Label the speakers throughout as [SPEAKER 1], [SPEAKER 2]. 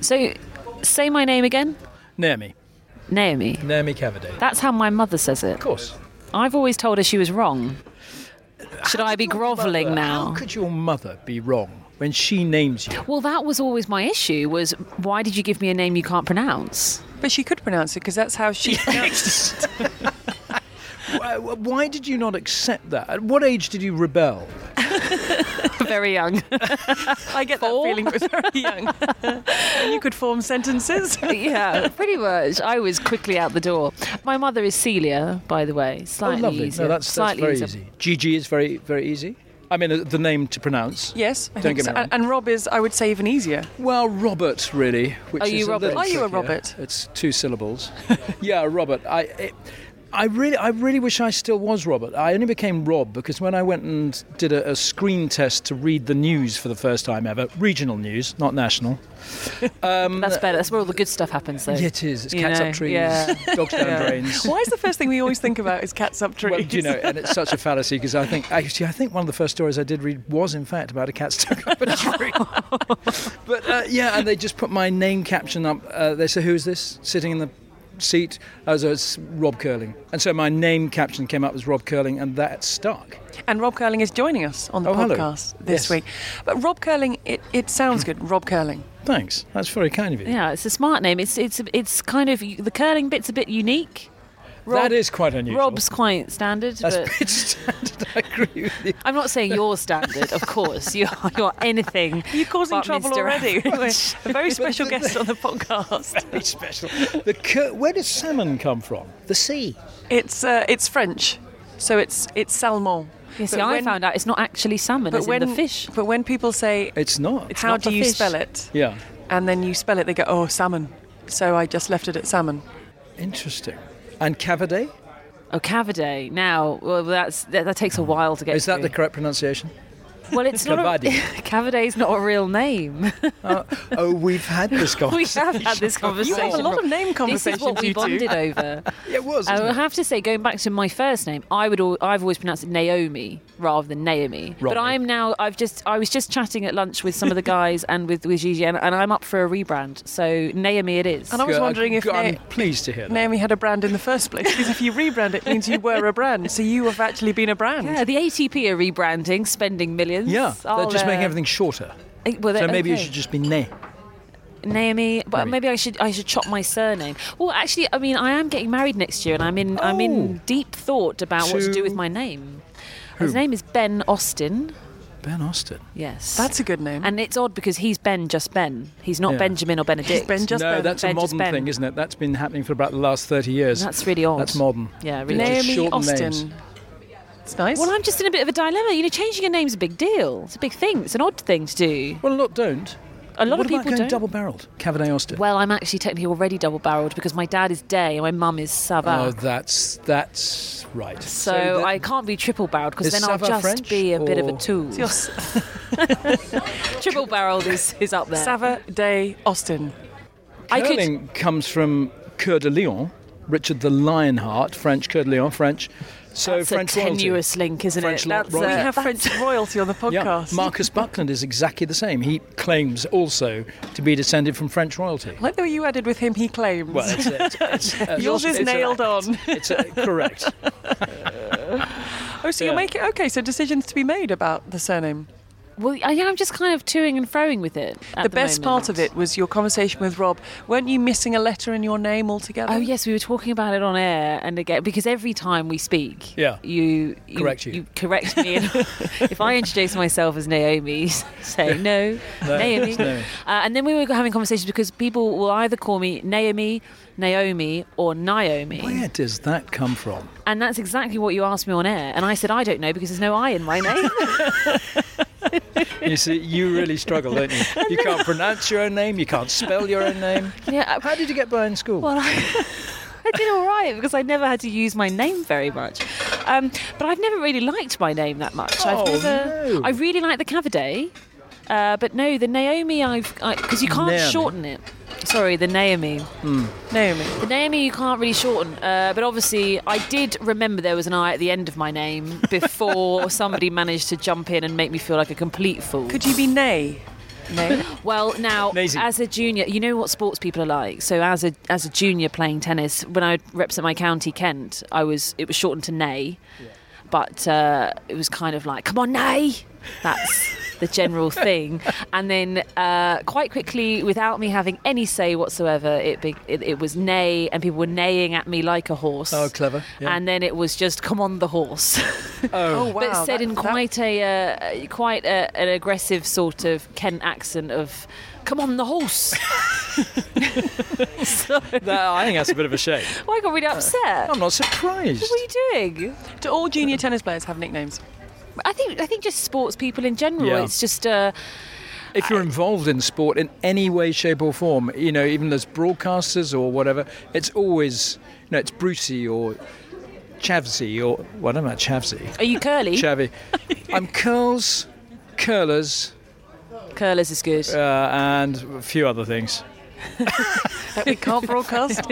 [SPEAKER 1] So, say my name again,
[SPEAKER 2] Naomi.
[SPEAKER 1] Naomi.
[SPEAKER 2] Naomi Cavaday. Of
[SPEAKER 1] That's how my mother says it.
[SPEAKER 2] course.
[SPEAKER 1] I've always told her she was wrong. Should I be grovelling
[SPEAKER 2] How
[SPEAKER 1] now?
[SPEAKER 2] could your mother be wrong when she names you?
[SPEAKER 1] Well, that was always my issue. Was why did you give me a name you can't pronounce?
[SPEAKER 3] But she could pronounce it because that's how she pronounced it.
[SPEAKER 2] Why- Why did you not accept that? At what age did you rebel? Oh,
[SPEAKER 1] Very young.
[SPEAKER 3] I get that
[SPEAKER 1] Four?
[SPEAKER 3] feeling with very young. and you could form sentences.
[SPEAKER 1] yeah, pretty much. I was quickly out the door. My mother is Celia, by the way. Slightly
[SPEAKER 2] oh, lovely.
[SPEAKER 1] easier.
[SPEAKER 2] No, that's, that's
[SPEAKER 1] slightly
[SPEAKER 2] very
[SPEAKER 1] easier.
[SPEAKER 2] easy. Gigi is very, very easy. I mean, uh, the name to pronounce.
[SPEAKER 3] Yes, I
[SPEAKER 2] Don't
[SPEAKER 3] think
[SPEAKER 2] get
[SPEAKER 3] so.
[SPEAKER 2] me wrong.
[SPEAKER 3] And, and Rob is, I would say, even easier.
[SPEAKER 2] Well, Robert, really. Which
[SPEAKER 1] Are
[SPEAKER 2] is
[SPEAKER 1] you
[SPEAKER 2] a little
[SPEAKER 1] Robert?
[SPEAKER 3] Are you
[SPEAKER 2] trickier.
[SPEAKER 3] a Robert?
[SPEAKER 2] It's two syllables. yeah, Robert. I, it, I really, I really wish I still was Robert. I only became Rob because when I went and did a, a screen test to read the news for the first time ever, regional news, not national.
[SPEAKER 1] That's better. That's where all the good stuff happens, though.
[SPEAKER 2] Um, Yeah, it is. It's
[SPEAKER 1] You
[SPEAKER 2] cats
[SPEAKER 1] know,
[SPEAKER 2] up trees,
[SPEAKER 1] yeah.
[SPEAKER 2] dogs down
[SPEAKER 3] Yeah.
[SPEAKER 2] drains.
[SPEAKER 3] Why is the first thing we always think about is cats up trees?
[SPEAKER 2] Well, do you know, and it's such a fallacy because I think actually I think one of the first stories I did read was in fact about a cat stuck up a tree. but uh, yeah, and they just put my name caption up. Uh, they say, "Who is this sitting in the seat?" I was uh, it's Rob Curling, and so my name caption came up as Rob Curling, and that stuck.
[SPEAKER 3] And Rob Curling is joining us on the
[SPEAKER 2] Oh, hello.
[SPEAKER 3] podcast this
[SPEAKER 2] Yes.
[SPEAKER 3] week. But Rob Curling, it, it sounds good. Rob Curling.
[SPEAKER 2] Thanks, that's very kind of you.
[SPEAKER 1] Yeah, it's a smart name. It's it's it's kind of the curling bit's a bit unique. Rob-
[SPEAKER 2] that is quite unusual.
[SPEAKER 1] Rob's quite standard,
[SPEAKER 2] that's
[SPEAKER 1] but
[SPEAKER 2] pretty standard. I agree with you.
[SPEAKER 1] I'm not saying you're standard. Of course, you're you're anything.
[SPEAKER 3] You're causing
[SPEAKER 1] but
[SPEAKER 3] trouble
[SPEAKER 1] Mr.
[SPEAKER 3] already. We're
[SPEAKER 1] Average.
[SPEAKER 3] a very special guest on the podcast.
[SPEAKER 2] Very special. The cur- where does salmon come from? The sea.
[SPEAKER 3] It's uh, it's French, so it's it's salmon.
[SPEAKER 1] You see,
[SPEAKER 3] But
[SPEAKER 1] I
[SPEAKER 3] when-
[SPEAKER 1] found out it's not actually salmon.
[SPEAKER 3] But
[SPEAKER 1] it's
[SPEAKER 3] when
[SPEAKER 1] the fish.
[SPEAKER 3] But when people say
[SPEAKER 2] It's not.
[SPEAKER 3] how
[SPEAKER 1] not
[SPEAKER 3] do
[SPEAKER 1] the
[SPEAKER 3] you
[SPEAKER 1] fish.
[SPEAKER 3] spell it,
[SPEAKER 2] yeah.
[SPEAKER 3] and then you spell it, they go oh salmon. So I just left it at salmon.
[SPEAKER 2] Interesting. And Cavaday?
[SPEAKER 1] Oh, cavaday. Now, well, that's that, that takes a while to get.
[SPEAKER 2] Is that the
[SPEAKER 1] through.
[SPEAKER 2] correct pronunciation?
[SPEAKER 1] Well, it's not. a- Cavaday's not a real name.
[SPEAKER 2] oh, we've had this
[SPEAKER 1] we
[SPEAKER 2] conversation.
[SPEAKER 1] have had this
[SPEAKER 3] You
[SPEAKER 1] conversation.
[SPEAKER 3] have a lot
[SPEAKER 1] Rob.
[SPEAKER 3] of name
[SPEAKER 1] This
[SPEAKER 3] conversations.
[SPEAKER 1] is what we
[SPEAKER 3] you two.
[SPEAKER 1] bonded over.
[SPEAKER 2] it was.
[SPEAKER 1] I
[SPEAKER 2] isn't
[SPEAKER 1] will
[SPEAKER 2] it?
[SPEAKER 1] have to say, going back to my first name, I would al- I've always pronounced it Naomi rather than Naomi. But
[SPEAKER 2] Rodney.
[SPEAKER 1] I'm now I've just I was just chatting at lunch with some of the guys and with with Gigi, and, and I'm up for a rebrand. So Naomi, it is.
[SPEAKER 3] And I was
[SPEAKER 2] Good.
[SPEAKER 3] wondering if
[SPEAKER 2] Good. I'm
[SPEAKER 3] Na-
[SPEAKER 2] pleased to hear that.
[SPEAKER 3] Naomi had a brand in the first place because if you rebrand it, it means you were a brand. So you have actually been a brand.
[SPEAKER 1] yeah, the ATP are rebranding, spending millions.
[SPEAKER 2] Yeah, they're
[SPEAKER 1] I'll,
[SPEAKER 2] just making
[SPEAKER 1] uh,
[SPEAKER 2] everything shorter.
[SPEAKER 1] eh, well,
[SPEAKER 2] So
[SPEAKER 1] they're-
[SPEAKER 2] maybe
[SPEAKER 1] okay.
[SPEAKER 2] you should just be Ne.
[SPEAKER 1] Naomi. But
[SPEAKER 2] Maybe.
[SPEAKER 1] maybe. I should I should chop my surname. Well, actually, I mean, I am getting married next year, and I'm in I'm in
[SPEAKER 2] Oh.
[SPEAKER 1] deep thought about what to
[SPEAKER 2] To-
[SPEAKER 1] do with my name. His name is Ben Austin.
[SPEAKER 2] Ben Austin.
[SPEAKER 1] Yes,
[SPEAKER 3] That's a good name.
[SPEAKER 1] And it's odd because he's Ben, just Ben. He's not
[SPEAKER 2] Yeah.
[SPEAKER 1] Benjamin or Benedict.
[SPEAKER 3] Ben just
[SPEAKER 2] no,
[SPEAKER 3] Ben.
[SPEAKER 2] that's
[SPEAKER 1] Ben,
[SPEAKER 2] a
[SPEAKER 1] just
[SPEAKER 2] modern
[SPEAKER 1] Ben.
[SPEAKER 2] thing, isn't it? That's been happening for about the last 30 years.
[SPEAKER 1] That's really odd.
[SPEAKER 2] That's modern.
[SPEAKER 1] Yeah, really.
[SPEAKER 2] Just
[SPEAKER 3] Naomi
[SPEAKER 2] shorten
[SPEAKER 3] Austin.
[SPEAKER 2] names.
[SPEAKER 3] It's nice.
[SPEAKER 1] Well, I'm just in a bit of a dilemma. You know, changing your name's a big deal. It's a big thing. It's an odd thing to do.
[SPEAKER 2] Well, look, don't.
[SPEAKER 1] A lot
[SPEAKER 2] what
[SPEAKER 1] of
[SPEAKER 2] about
[SPEAKER 1] people
[SPEAKER 2] going
[SPEAKER 1] don't.
[SPEAKER 2] double-barreled? Cavaday Austin.
[SPEAKER 1] well, I'm actually technically already double-barreled because my dad is Day and my mum is Sava.
[SPEAKER 2] oh, that's that's right.
[SPEAKER 1] so
[SPEAKER 2] that-
[SPEAKER 1] I can't be triple-barreled because
[SPEAKER 2] Is
[SPEAKER 1] then I'll
[SPEAKER 2] Sava
[SPEAKER 1] just
[SPEAKER 2] French
[SPEAKER 1] be a bit of a
[SPEAKER 2] or-
[SPEAKER 1] tool.
[SPEAKER 3] It's your S-
[SPEAKER 1] Triple-barreled is, is up there.
[SPEAKER 3] Sava Day Austin.
[SPEAKER 1] I could-
[SPEAKER 2] Curling comes from Coeur de Lion, Richard the Lionheart, French Coeur de Lion, French. So
[SPEAKER 1] That's
[SPEAKER 2] French
[SPEAKER 1] a
[SPEAKER 2] royalty.
[SPEAKER 1] tenuous link, isn't
[SPEAKER 2] French
[SPEAKER 1] it?
[SPEAKER 2] lo-
[SPEAKER 1] That's, uh,
[SPEAKER 2] royalty.
[SPEAKER 3] We
[SPEAKER 2] Yeah,
[SPEAKER 3] have French royalty on the
[SPEAKER 2] Yeah,
[SPEAKER 3] podcast.
[SPEAKER 2] Marcus Buckland is exactly the same. He claims also to be descended from French royalty.
[SPEAKER 3] like the way you added with him, he claims.
[SPEAKER 2] Well, it's, it's, it's, uh,
[SPEAKER 3] Yours is
[SPEAKER 2] it's a-
[SPEAKER 3] nailed on.
[SPEAKER 2] It's a, correct.
[SPEAKER 3] Oh, so you're
[SPEAKER 2] yeah.
[SPEAKER 3] making okay. So decisions to be made about the surname.
[SPEAKER 1] well, I, yeah, I'm just kind of toing and froing with it. at
[SPEAKER 3] the best part
[SPEAKER 1] moment.
[SPEAKER 3] of it was your conversation with Rob. Weren't you missing a letter in your name altogether?
[SPEAKER 1] Oh yes, we were talking about it on air, and again because every time we speak,
[SPEAKER 2] Yeah.
[SPEAKER 1] you, you
[SPEAKER 2] Correct you.
[SPEAKER 1] correct me. And if I introduce myself as Naomi, say no,
[SPEAKER 2] No,
[SPEAKER 1] Naomi,
[SPEAKER 2] it's Naomi.
[SPEAKER 1] Uh, and then we were having conversations because people will either call me Naomi, Naomi, or Naomi,
[SPEAKER 2] Where does that come from?
[SPEAKER 1] and that's exactly what you asked me on air, and I said I don't know because there's no I in my name.
[SPEAKER 2] You see, you really struggle, don't you? You can't pronounce your own name. You can't spell your own name.
[SPEAKER 1] yeah, uh,
[SPEAKER 2] How did you get by in school?
[SPEAKER 1] Well, I, I did all right because I never had to use my name very much. Um, but I've never really liked my name that much. I've
[SPEAKER 2] Oh,
[SPEAKER 1] never.
[SPEAKER 2] no.
[SPEAKER 1] I really like the Cavaday, uh, but no, the Naomi I've because you can't
[SPEAKER 2] Naomi.
[SPEAKER 1] shorten it. Sorry, the Naomi.
[SPEAKER 3] Naomi.
[SPEAKER 1] The Naomi you can't really shorten. Uh, but obviously, I did remember there was an I at the end of my name before somebody managed to jump in and make me feel like a complete fool.
[SPEAKER 3] Could you be Nay? No.
[SPEAKER 1] Well, now
[SPEAKER 2] Maisie.
[SPEAKER 1] as a junior, you know what sports people are like. So as a as a junior playing tennis, when I represent my county Kent, I was it was shortened to Nay, but uh, it was kind of like come on Nay. That's the general thing. And then uh, quite quickly, without me having any say whatsoever, it, be, it it was Nay, and people were neighing at me like a horse.
[SPEAKER 2] Oh, clever. Yeah.
[SPEAKER 1] And then it was just come on the horse.
[SPEAKER 3] Oh
[SPEAKER 2] oh,
[SPEAKER 3] wow.
[SPEAKER 1] but said
[SPEAKER 3] that-
[SPEAKER 1] in
[SPEAKER 3] that-
[SPEAKER 1] quite a uh, quite a, an aggressive sort of Kent accent of "Come on, the horse." so,
[SPEAKER 2] that, I think that's a bit of a shame.
[SPEAKER 1] well, I got really upset.
[SPEAKER 2] I'm not surprised.
[SPEAKER 1] What are you doing?
[SPEAKER 3] do all junior tennis players have nicknames?
[SPEAKER 1] I think I think just sports people in general.
[SPEAKER 2] Yeah.
[SPEAKER 1] It's just uh,
[SPEAKER 2] If you're involved in sport in any way, shape, or form, you know, even as broadcasters or whatever, it's always, you know, it's Brucey or Chavsy or what am I, Chavsy?
[SPEAKER 1] are you curly?
[SPEAKER 2] Chavy. I'm curls, curlers,
[SPEAKER 1] Curlers is good.
[SPEAKER 2] uh, and a few other things.
[SPEAKER 3] That we can't broadcast.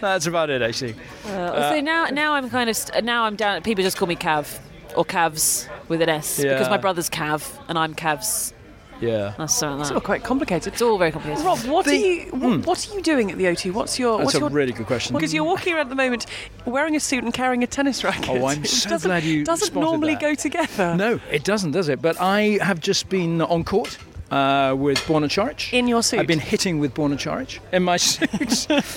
[SPEAKER 2] That's about it, actually.
[SPEAKER 1] Uh, so now now I'm kind of st- now I'm down. People just call me Cav or Cavs with an S because
[SPEAKER 2] Yeah.
[SPEAKER 1] my brother's Cav and I'm Cavs.
[SPEAKER 2] Yeah.
[SPEAKER 1] That's something like
[SPEAKER 3] It's all
[SPEAKER 1] that.
[SPEAKER 3] quite complicated.
[SPEAKER 1] It's all very complicated.
[SPEAKER 3] Rob, what
[SPEAKER 2] The- Hmm.
[SPEAKER 3] are you wh- what are you doing at the O2? What's your
[SPEAKER 2] That's
[SPEAKER 3] what's
[SPEAKER 2] a
[SPEAKER 3] your
[SPEAKER 2] really good question.
[SPEAKER 3] because you're walking around at the moment wearing a suit and carrying a tennis racket.
[SPEAKER 2] Oh, I'm
[SPEAKER 3] It
[SPEAKER 2] so
[SPEAKER 3] doesn't,
[SPEAKER 2] glad you
[SPEAKER 3] doesn't
[SPEAKER 2] spotted
[SPEAKER 3] normally
[SPEAKER 2] that.
[SPEAKER 3] go together.
[SPEAKER 2] No, it doesn't, does it? But I have just been on court uh, with Borna Charic.
[SPEAKER 3] In your suit.
[SPEAKER 2] I've been hitting with Borna Charic in my suit.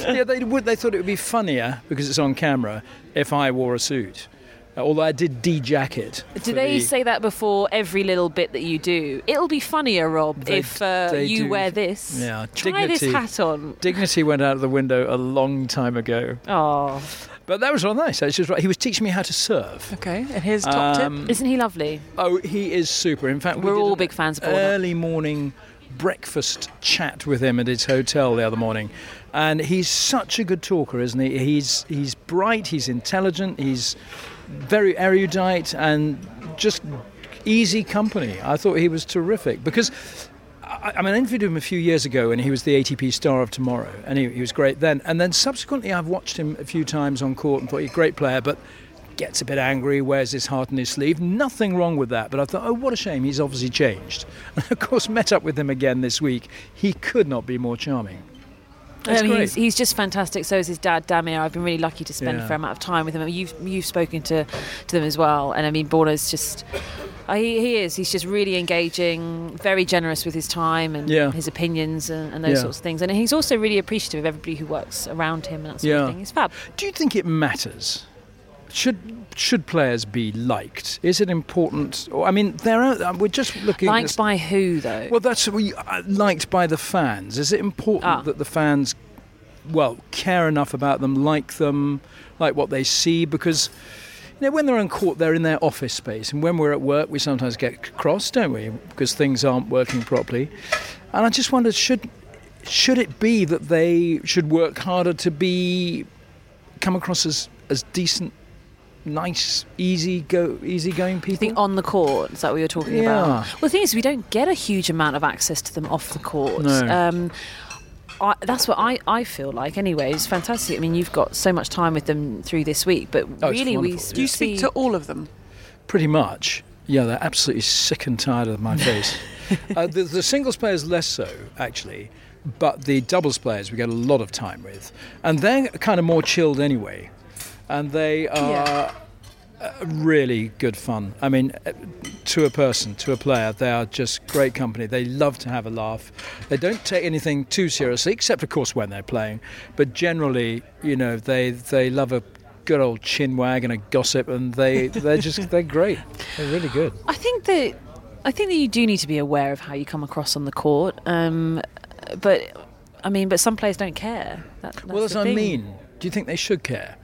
[SPEAKER 2] yeah, they would. They thought it would be funnier because it's on camera if I wore a suit. Although I did de-jacket.
[SPEAKER 1] Do
[SPEAKER 2] for
[SPEAKER 1] they
[SPEAKER 2] the-
[SPEAKER 1] say that before every little bit that you do? It'll be funnier, Rob,
[SPEAKER 2] They-
[SPEAKER 1] if uh,
[SPEAKER 2] they
[SPEAKER 1] you
[SPEAKER 2] do.
[SPEAKER 1] wear this.
[SPEAKER 2] Yeah,
[SPEAKER 1] Try this
[SPEAKER 2] dignity.
[SPEAKER 1] hat on.
[SPEAKER 2] Dignity went out of the window a long time ago.
[SPEAKER 1] Oh,
[SPEAKER 2] But that was all nice. That's just right. He was teaching me how to serve.
[SPEAKER 3] Okay, and here's top
[SPEAKER 2] Um,
[SPEAKER 1] isn't he lovely?
[SPEAKER 2] Oh, he is super. In fact, we
[SPEAKER 1] We're
[SPEAKER 2] did Uh,
[SPEAKER 1] all
[SPEAKER 2] an
[SPEAKER 1] big fans of Borna.
[SPEAKER 2] Early morning breakfast chat with him at his hotel the other morning, and he's such a good talker, isn't he? He's he's bright, he's intelligent, he's very erudite, and just easy company. I thought he was terrific because. I, I mean, I interviewed him a few years ago, and he was the ATP star of tomorrow, and he, he was great then. And then subsequently, I've watched him a few times on court and thought he's a great player, but gets a bit angry, wears his heart on his sleeve. Nothing wrong with that, but I thought, oh, what a shame. He's obviously changed. And of course, met up with him again this week. He could not be more charming. That's
[SPEAKER 1] I mean,
[SPEAKER 2] great.
[SPEAKER 1] he's, he's just fantastic. So is his dad, Damir. I've been really lucky to spend a
[SPEAKER 2] Yeah.
[SPEAKER 1] fair amount of time with him. You've you've spoken to, to them as well, and I mean, Borna's just. uh, He, he is. He's just really engaging, very generous with his time and
[SPEAKER 2] Yeah.
[SPEAKER 1] his opinions and, and those
[SPEAKER 2] Yeah.
[SPEAKER 1] sorts of things. And he's also really appreciative of everybody who works around him and that sort of
[SPEAKER 2] Yeah.
[SPEAKER 1] thing. It's fab.
[SPEAKER 2] Do you think it matters? Should should players be liked? Is it important? Or I mean, there are. We're just looking. at
[SPEAKER 1] Liked
[SPEAKER 2] this-
[SPEAKER 1] by who though?
[SPEAKER 2] well, that's we uh, liked by the fans. Is it important
[SPEAKER 1] Ah.
[SPEAKER 2] that the fans, well, care enough about them, like them, like what they see? Because you know, when they're on court, they're in their office space, and when we're at work, we sometimes get c- cross, don't we? Because things aren't working properly. And I just wondered, should should it be that they should work harder to be come across as as decent, nice, easy go easy going people?
[SPEAKER 1] You think on the court? Is that what you're talking
[SPEAKER 2] Yeah.
[SPEAKER 1] about? Well, the thing is, we don't get a huge amount of access to them off the court.
[SPEAKER 2] No.
[SPEAKER 1] Um, I, that's what I, I feel like anyway. It's fantastic. I mean, you've got so much time with them through this week, but
[SPEAKER 2] Oh, it's
[SPEAKER 1] really, we
[SPEAKER 2] wonderful,
[SPEAKER 3] tip. Do you speak
[SPEAKER 1] see-
[SPEAKER 3] to all of them?
[SPEAKER 2] Pretty much. Yeah, they're absolutely sick and tired of my face. uh, the, the singles players less so, actually, but the doubles players we get a lot of time with, and they're kind of more chilled anyway, and they are
[SPEAKER 3] Yeah.
[SPEAKER 2] uh, really good fun. I mean, uh, to a person, to a player, they are just great company. They love to have a laugh. They don't take anything too seriously, except of course when they're playing. But generally, you know, they they love a good old chin wag and a gossip, and they they're just they're great. They're really good.
[SPEAKER 1] I think that I think that you do need to be aware of how you come across on the court. Um, but I mean, but some players don't care. That, that's
[SPEAKER 2] well, that's
[SPEAKER 1] the
[SPEAKER 2] what
[SPEAKER 1] thing.
[SPEAKER 2] I mean. Do you think they should care,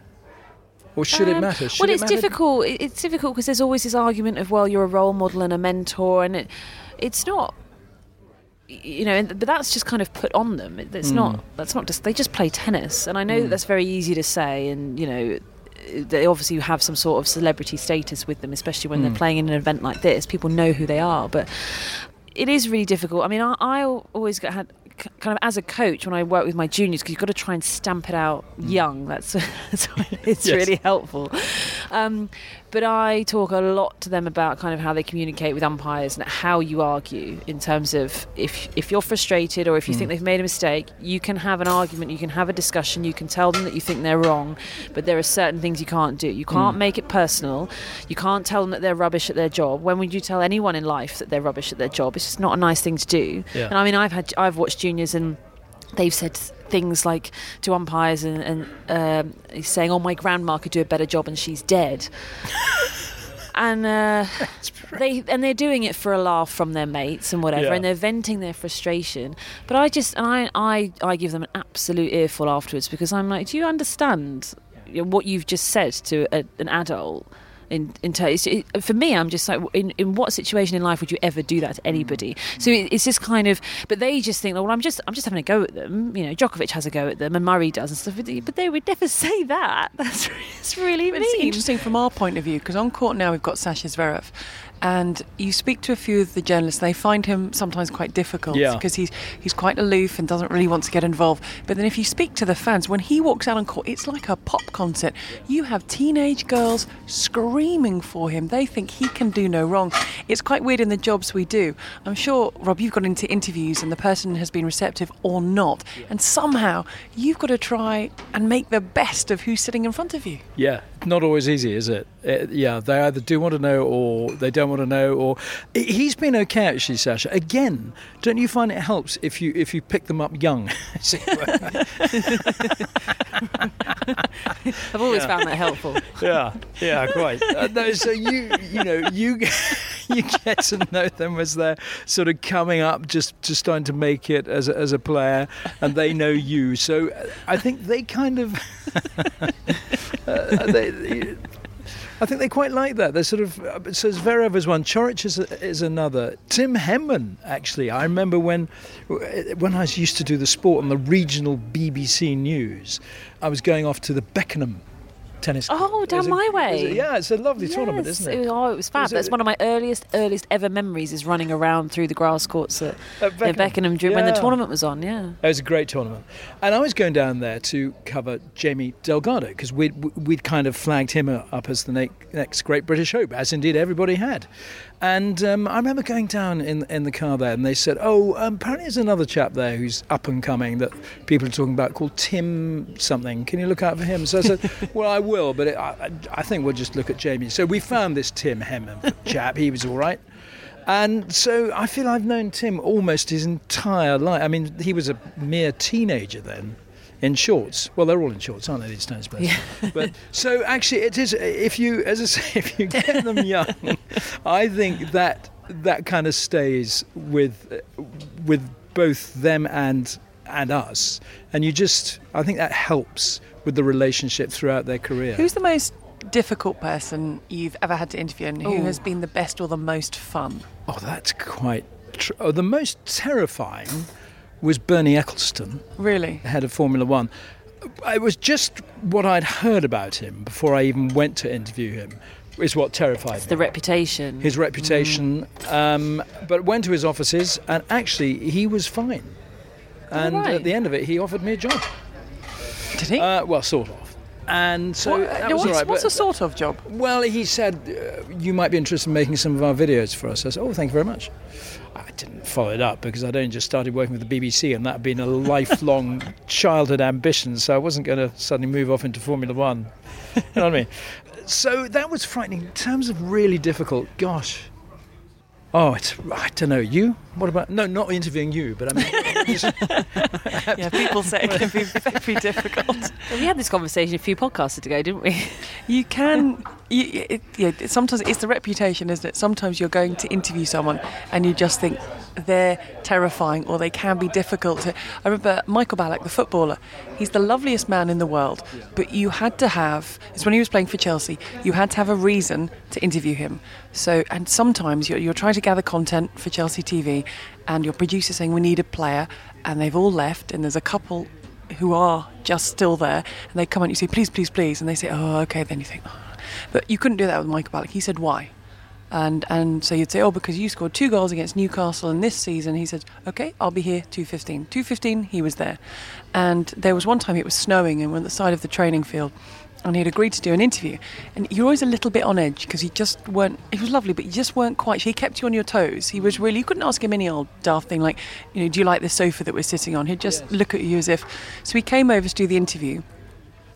[SPEAKER 2] or should it
[SPEAKER 1] Um,
[SPEAKER 2] matter? Should
[SPEAKER 1] well,
[SPEAKER 2] it
[SPEAKER 1] it's
[SPEAKER 2] matter?
[SPEAKER 1] difficult. It- It's difficult because there's always this argument of, well, you're a role model and a mentor, and it, it's not. You know, and- but that's just kind of put on them. It- It's
[SPEAKER 2] Hmm.
[SPEAKER 1] not. That's not just. They just play tennis, and I know that that's very easy to say, and you know. They obviously have some sort of celebrity status with them, especially when
[SPEAKER 2] Hmm.
[SPEAKER 1] they're playing in an event like this. People know who they are, but it is really difficult. I mean, I, I always got, had c- kind of as a coach when I work with my juniors because you've got to try and stamp it out young. That's, that's why it's
[SPEAKER 2] Yes.
[SPEAKER 1] really helpful. Um, but I talk a lot to them about kind of how they communicate with umpires and how you argue in terms of if if you're frustrated or if you think they've made a mistake, you can have an argument, you can have a discussion, you can tell them that you think they're wrong, but there are certain things you can't do. You can't make it personal. You can't tell them that they're rubbish at their job. When would you tell anyone in life that they're rubbish at their job? It's just not a nice thing to do.
[SPEAKER 2] Yeah.
[SPEAKER 1] And I mean, I've had I've watched juniors and they've said things like to umpires and, and um, he's saying, "Oh, my grandma could do a better job, and she's dead." and uh, they and they're doing it for a laugh from their mates and whatever,
[SPEAKER 2] Yeah.
[SPEAKER 1] and they're venting their frustration. But I just and I, I I give them an absolute earful afterwards because I'm like, "Do you understand you know, what you've just said to a, an adult?" In, in ter- it's- it, for me, I'm just like, in, in what situation in life would you ever do
[SPEAKER 2] Mm.
[SPEAKER 1] that to anybody? So it, it's this kind of, but they just think, well, I'm just, I'm just having a go at them. You know, Djokovic has a go at them, and Murray does and stuff. But they- But they would never say that. That's re- it's really
[SPEAKER 3] But
[SPEAKER 1] mean.
[SPEAKER 3] It's interesting from our point of view because on court now we've got Sasha Zverev, and you speak to a few of the journalists. They find him sometimes quite difficult
[SPEAKER 2] Yeah.
[SPEAKER 3] because he's he's quite aloof and doesn't really want to get involved. But then if you speak to the fans, when he walks out on court, it's like a pop concert. You have teenage girls screaming for him. They think he can do no wrong. It's quite weird in the jobs we do. I'm sure Rob, you've got into interviews and the person has been receptive or not, and somehow you've got to try and make the best of who's sitting in front of you.
[SPEAKER 2] Yeah, not always easy, is it? Uh, yeah, they either do want to know or they don't want to know. Or I- he's been okay actually, Sasha. Again, don't you find it helps if you if you pick them up young? See,
[SPEAKER 1] I've always found that helpful.
[SPEAKER 2] yeah, yeah, quite. Uh, no, so you you know you you get to know them as they're sort of coming up, just just starting to make it as a, as a player, and they know you. So uh, I think they kind of. uh, they, they- I think they quite like that. They're sort of uh, so Zverev is one, Chorich is, is another. Tim Hemman, actually, I remember when uh, when I used to do the sport on the regional BBC news, I was going off to the Beckenham tennis.
[SPEAKER 1] Oh,
[SPEAKER 2] court. It
[SPEAKER 1] down
[SPEAKER 2] was a-
[SPEAKER 1] my
[SPEAKER 2] it was a-
[SPEAKER 1] way.
[SPEAKER 2] yeah, it's a lovely tournament,
[SPEAKER 1] Yes,
[SPEAKER 2] isn't it?
[SPEAKER 1] was, oh, it was fab.
[SPEAKER 2] was a-
[SPEAKER 1] That's one of my earliest, earliest ever memories is running around through the grass courts at,
[SPEAKER 2] At
[SPEAKER 1] at Beckenham during, when the
[SPEAKER 2] Yeah.
[SPEAKER 1] tournament was on. Yeah.
[SPEAKER 2] It was a great tournament, and I was going down there to cover Jamie Delgado because we'd we'd kind of flagged him uh, up as the ne- next great British hope, as indeed everybody had. And um, I remember going down in in the car there, and they said, "Oh, um, apparently there's another chap there who's up and coming that people are talking about called Tim something. Can you look out for him?" So I said, "Well, I will, but it, I, I I think we'll just look at Jamie." So we found this Tim Hemman chap. He was all right. And so I feel I've known Tim almost his entire life. I mean, he was a mere teenager then, in shorts. Well, they're all in shorts, aren't they, these tennis players? But so actually, it is. If you, as I say, if you get them young, I think that that kind of stays with with both them and and us. And you just, I think that helps with the relationship throughout their career.
[SPEAKER 3] Who's the most difficult person you've ever had to interview and who
[SPEAKER 1] Ooh.
[SPEAKER 3] has been the best or the most fun?
[SPEAKER 2] Oh, that's quite. Tr- oh, the most terrifying was Bernie Ecclestone,
[SPEAKER 3] Really?
[SPEAKER 2] head of Formula One. Uh, It was just what I'd heard about him before I even went to interview him, is what terrified
[SPEAKER 1] The
[SPEAKER 2] me.
[SPEAKER 1] reputation.
[SPEAKER 2] His reputation. Um, but went to his offices, and actually, he was fine. And
[SPEAKER 1] right.
[SPEAKER 2] at the end of it, he offered me a job.
[SPEAKER 3] Did he?
[SPEAKER 2] Uh, well, sort of. And so
[SPEAKER 3] What-
[SPEAKER 2] that
[SPEAKER 3] no,
[SPEAKER 2] was
[SPEAKER 3] what's
[SPEAKER 2] all right.
[SPEAKER 3] what's
[SPEAKER 2] but-
[SPEAKER 3] a sort of job?
[SPEAKER 2] well, he said, uh, you might be interested in making some of our videos for us. I said, oh, thank you very much. I didn't follow it up because I'd only just started working with the BBC and that had been a lifelong childhood ambition, so I wasn't going to suddenly move off into Formula One. You know what I mean? So that was frightening. In terms of really difficult, gosh. Oh, it's, I don't know. You? What about? No, not interviewing you, but I mean, just-
[SPEAKER 3] yeah, people say it can be very difficult.
[SPEAKER 1] Well, we had this conversation a few podcasts ago, didn't we?
[SPEAKER 3] You can. You, it, yeah, it- sometimes it's the reputation, isn't it? Sometimes you're going to interview someone and you just think they're terrifying or they can be difficult. To, I remember Michael Ballack, the footballer. He's the loveliest man in the world, but you had to have. It's when he was playing for Chelsea. You had to have a reason to interview him. So, and sometimes you're, you're trying to gather content for Chelsea TV, and your producer saying we need a player, and they've all left, and there's a couple who are just still there, and they come and you say, please, please, please, and they say, oh, okay. Then you think, oh. but you couldn't do that with Michael Ballack. He said, why? And and so you'd say, oh, because you scored two goals against Newcastle in this season. He said, okay, I'll be here 2.15. 2.15, he was there. And there was one time it was snowing and we're on the side of the training field and he'd agreed to do an interview. And you're always a little bit on edge because he just weren't. He was lovely, but he just weren't quite. He kept you on your toes. He was really. You couldn't ask him any old daft thing like, you know, do you like the sofa that we're sitting on? He'd just
[SPEAKER 2] Yes.
[SPEAKER 3] look at you as if. So he came over to do the interview.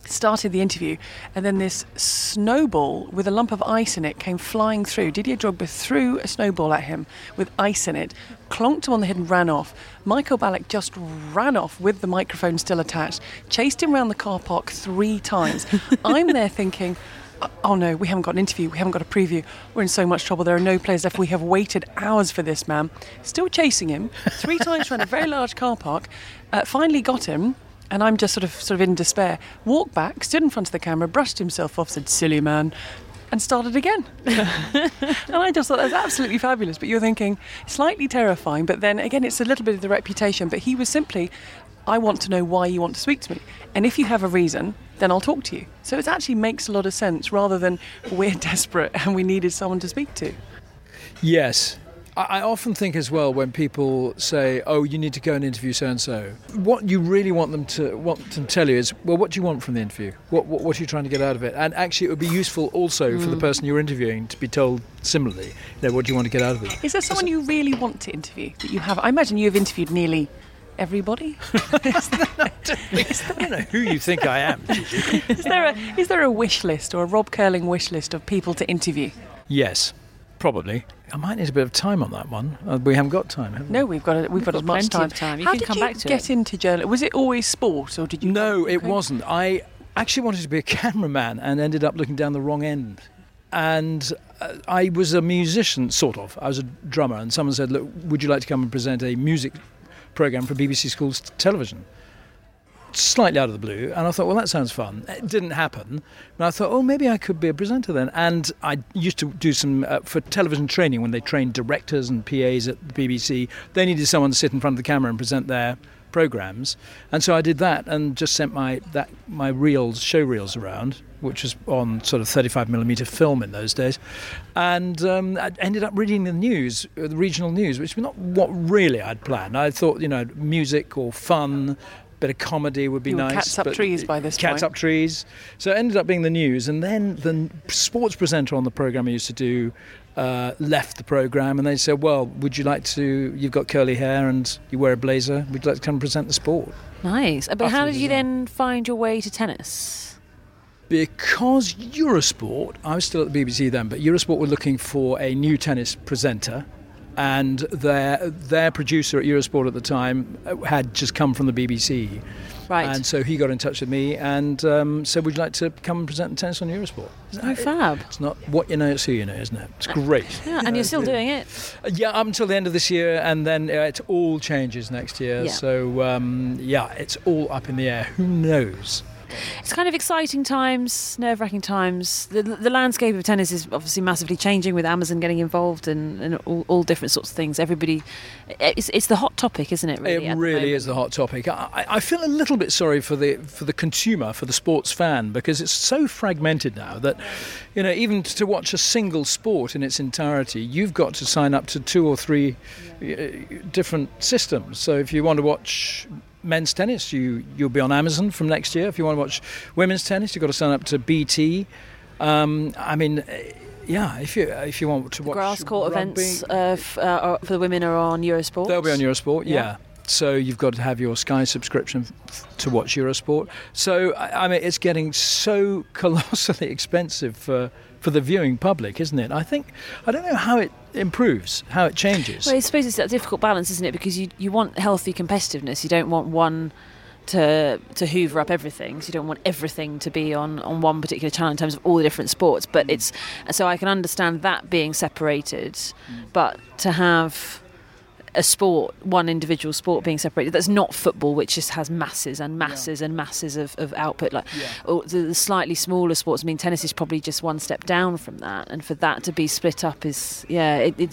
[SPEAKER 3] Started the interview, and then this snowball with a lump of ice in it came flying through. Didier Drogba threw a snowball at him with ice in it, clonked him on the head, and ran off. Michael Ballack just ran off with the microphone still attached, chased him around the car park three times. I'm there thinking, oh no, we haven't got an interview, we haven't got a preview, we're in so much trouble, there are no players left, we have waited hours for this man. Still chasing him, three times around a very large car park, uh, finally got him, and I'm just sort of sort of in despair. Walked back, stood in front of the camera, brushed himself off, said, silly man, and started again. And I just thought that's absolutely fabulous. But you're thinking, slightly terrifying. But then again, it's a little bit of the reputation. But he was simply, I want to know why you want to speak to me. And if you have a reason, then I'll talk to you. So it actually makes a lot of sense rather than we're desperate and we needed someone to speak to.
[SPEAKER 2] Yes. I I often think as well when people say, "Oh, you need to go and interview so and so." What you really want them to want them to tell you is, "Well, what do you want from the interview? What, what what are you trying to get out of it?" And actually, it would be useful also for the person you're interviewing to be told similarly, you know, "What do you want to get out of it?"
[SPEAKER 3] Is there someone you really want to interview that you have? I imagine you have interviewed nearly everybody.
[SPEAKER 2] I don't know who you think I am.
[SPEAKER 3] Is there a is there a wish list or a Rob Curling wish list of people to interview?
[SPEAKER 2] yes, probably. I might need a bit of time on that one. Uh, we haven't got time, have we?
[SPEAKER 3] No, we've got we've, got,
[SPEAKER 1] got
[SPEAKER 3] as
[SPEAKER 1] plenty
[SPEAKER 3] much time.
[SPEAKER 1] of time. You
[SPEAKER 3] How
[SPEAKER 1] can
[SPEAKER 3] did
[SPEAKER 1] come
[SPEAKER 3] you
[SPEAKER 1] back to
[SPEAKER 3] get
[SPEAKER 1] it.
[SPEAKER 3] into journalism? Was it always sport, or did you?
[SPEAKER 2] No, it
[SPEAKER 3] Okay.
[SPEAKER 2] wasn't. I actually wanted to be a cameraman and ended up looking down the wrong end. And uh, I was a musician, sort of. I was a drummer, and someone said, "Look, would you like to come and present a music program for BBC Schools t- Television?" Slightly out of the blue, and I thought, "Well, that sounds fun." It didn't happen, and I thought, "Oh, maybe I could be a presenter then." And I used to do some uh, for television training when they trained directors and PAs at the BBC. They needed someone to sit in front of the camera and present their programs. And so I did that and just sent my that my reels, show reels around, which was on sort of 35 millimeter film in those days, and um, I ended up reading the news, uh, the regional news, which was not what really I'd planned. I thought you know music or fun. Bit of comedy would be
[SPEAKER 3] You were
[SPEAKER 2] nice.
[SPEAKER 3] cats up
[SPEAKER 2] but-
[SPEAKER 3] trees by this
[SPEAKER 2] Cats
[SPEAKER 3] point.
[SPEAKER 2] up trees. So it ended up being the news, and then the n- sports presenter on the program I used to do uh, left the program, and they said, "Well, would you like to? You've got curly hair and you wear a blazer. Would you like to come and present the sport?"
[SPEAKER 1] Nice. But how
[SPEAKER 2] Utterly
[SPEAKER 1] did you
[SPEAKER 2] bizarre.
[SPEAKER 1] then find your way to tennis?
[SPEAKER 2] Because Eurosport, I was still at the BBC then, but Eurosport were looking for a new tennis presenter. And their their producer at Eurosport at the time uh, had just come from the BBC,
[SPEAKER 1] Right.
[SPEAKER 2] and so he got in touch with me and um, said, "Would you like to come and present tennis on Eurosport?"
[SPEAKER 1] oh, fab.
[SPEAKER 2] It's not what you know, it's who you know, isn't it? It's great.
[SPEAKER 1] Yeah, and you're still doing it.
[SPEAKER 2] Uh, Yeah, up until the end of this year, and then uh, it all changes next year.
[SPEAKER 1] Yeah.
[SPEAKER 2] So um, yeah, it's all up in the air. Who knows?
[SPEAKER 1] It's kind of exciting times, nerve wracking times. The, the landscape of tennis is obviously massively changing with Amazon getting involved and, and all, all different sorts of things. Everybody, it's, it's the hot topic, isn't it? Really,
[SPEAKER 2] it
[SPEAKER 1] at the
[SPEAKER 2] really
[SPEAKER 1] moment?
[SPEAKER 2] is the hot topic. I, I- I feel a little bit sorry for the for the consumer, for the sports fan, because it's so fragmented now that, you know, even to watch a single sport in its entirety, you've got to sign up to two or three uh, different systems. So if you want to watch men's tennis, you you'll be on Amazon from next year. If you want to watch women's tennis, you've got to sign up to BT. Um, I mean. eh, Yeah, if you if you want to watch
[SPEAKER 1] Grass court
[SPEAKER 2] rugby-
[SPEAKER 1] events uh, f- uh, are- for the women are on Eurosport.
[SPEAKER 2] They'll be on Eurosport, yeah.
[SPEAKER 1] Yeah.
[SPEAKER 2] So you've got to have your Sky subscription f- to watch Eurosport. So I I mean, it's getting so colossally expensive for for the viewing public, isn't it? I think I don't know how it improves, how it changes.
[SPEAKER 1] Well, I suppose it's that difficult balance, isn't it? Because you you want healthy competitiveness. You don't want one to to hoover up everything. So you don't want everything to be on on one particular channel in terms of all the different sports. But it's so I can understand that being separated, but to have a sport, one individual sport being separated. That's not football, which just has masses and masses and masses of, of output. Like or Oh, the, the slightly smaller sports. I mean, tennis is probably just one step down from that, and for that to be split up is yeah. It, it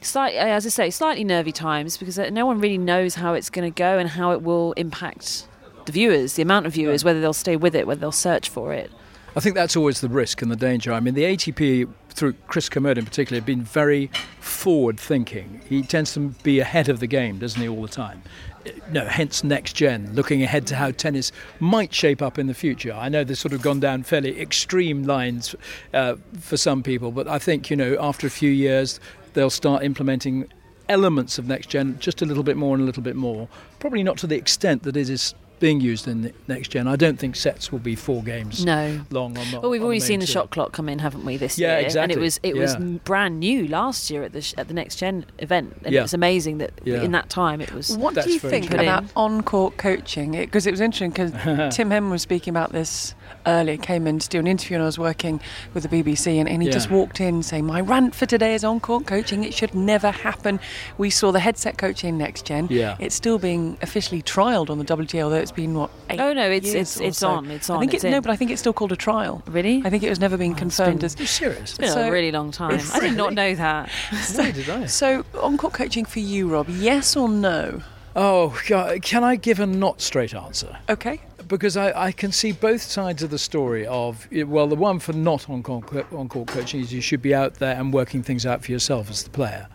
[SPEAKER 1] slight, eh, as I say, slightly nervy times because uh, no one really knows how it's going to go and how it will impact the viewers, the amount of viewers, whether they'll stay with it, whether they'll search for it.
[SPEAKER 2] I think that's always the risk and the danger. I mean, the ATP, through Chris Kermode in particular, have been very forward thinking. He tends to be ahead of the game, doesn't he, all the time? Eh, No, hence next gen, looking ahead to how tennis might shape up in the future. I know they've sort of gone down fairly extreme lines uh, for some people, but I think, you know, after a few years, they'll start implementing elements of next gen just a little bit more and a little bit more. Probably not to the extent that it is being used in next gen. I don't think sets will be four games
[SPEAKER 1] No.
[SPEAKER 2] long on. the-
[SPEAKER 1] Well, we've
[SPEAKER 2] on
[SPEAKER 1] already
[SPEAKER 2] main
[SPEAKER 1] seen the
[SPEAKER 2] tour.
[SPEAKER 1] shot clock come in, haven't we? This
[SPEAKER 2] Yeah,
[SPEAKER 1] year, and
[SPEAKER 2] exactly.
[SPEAKER 1] it was it was
[SPEAKER 2] Yeah.
[SPEAKER 1] was brand new last year at the sh- at the Next Gen event, and
[SPEAKER 2] Yeah.
[SPEAKER 1] it was amazing that
[SPEAKER 2] Yeah.
[SPEAKER 1] in that time it was.
[SPEAKER 3] What do
[SPEAKER 2] That's
[SPEAKER 3] you
[SPEAKER 2] very
[SPEAKER 3] think
[SPEAKER 1] true.
[SPEAKER 3] about
[SPEAKER 1] Put
[SPEAKER 3] on-court coaching? Because it was interesting because Tim Hemman was speaking about this earlier. Came in to do an interview and I was working with the BBC and, and he
[SPEAKER 2] Yeah.
[SPEAKER 3] just walked in saying, "My rant for today is on-court coaching. It should never happen." We saw the headset coaching next gen.
[SPEAKER 2] Yeah.
[SPEAKER 3] it's still being officially trialled on the WTA, although it's been what eight.
[SPEAKER 1] Oh, no, it's-
[SPEAKER 3] years
[SPEAKER 1] it's-
[SPEAKER 3] or
[SPEAKER 1] it's
[SPEAKER 3] so.
[SPEAKER 1] on, it's
[SPEAKER 3] I
[SPEAKER 1] on,
[SPEAKER 3] think
[SPEAKER 1] it's
[SPEAKER 3] it, no,
[SPEAKER 1] in.
[SPEAKER 3] but I think it's still called a trial.
[SPEAKER 1] Really? Oh,
[SPEAKER 3] I think it was never been confirmed
[SPEAKER 1] been-
[SPEAKER 3] as
[SPEAKER 2] Are you serious?
[SPEAKER 1] It's been
[SPEAKER 3] So-
[SPEAKER 1] a really long time. I did not know that.
[SPEAKER 2] Why did I?
[SPEAKER 3] So, on-court coaching for you, Rob? Yes or no?
[SPEAKER 2] Oh, God, can I give a not straight answer?
[SPEAKER 3] Okay.
[SPEAKER 2] Because I, I can see both sides of the story of, well, the one for not on-court, co- on-court coaching is you should be out there and working things out for yourself as the player.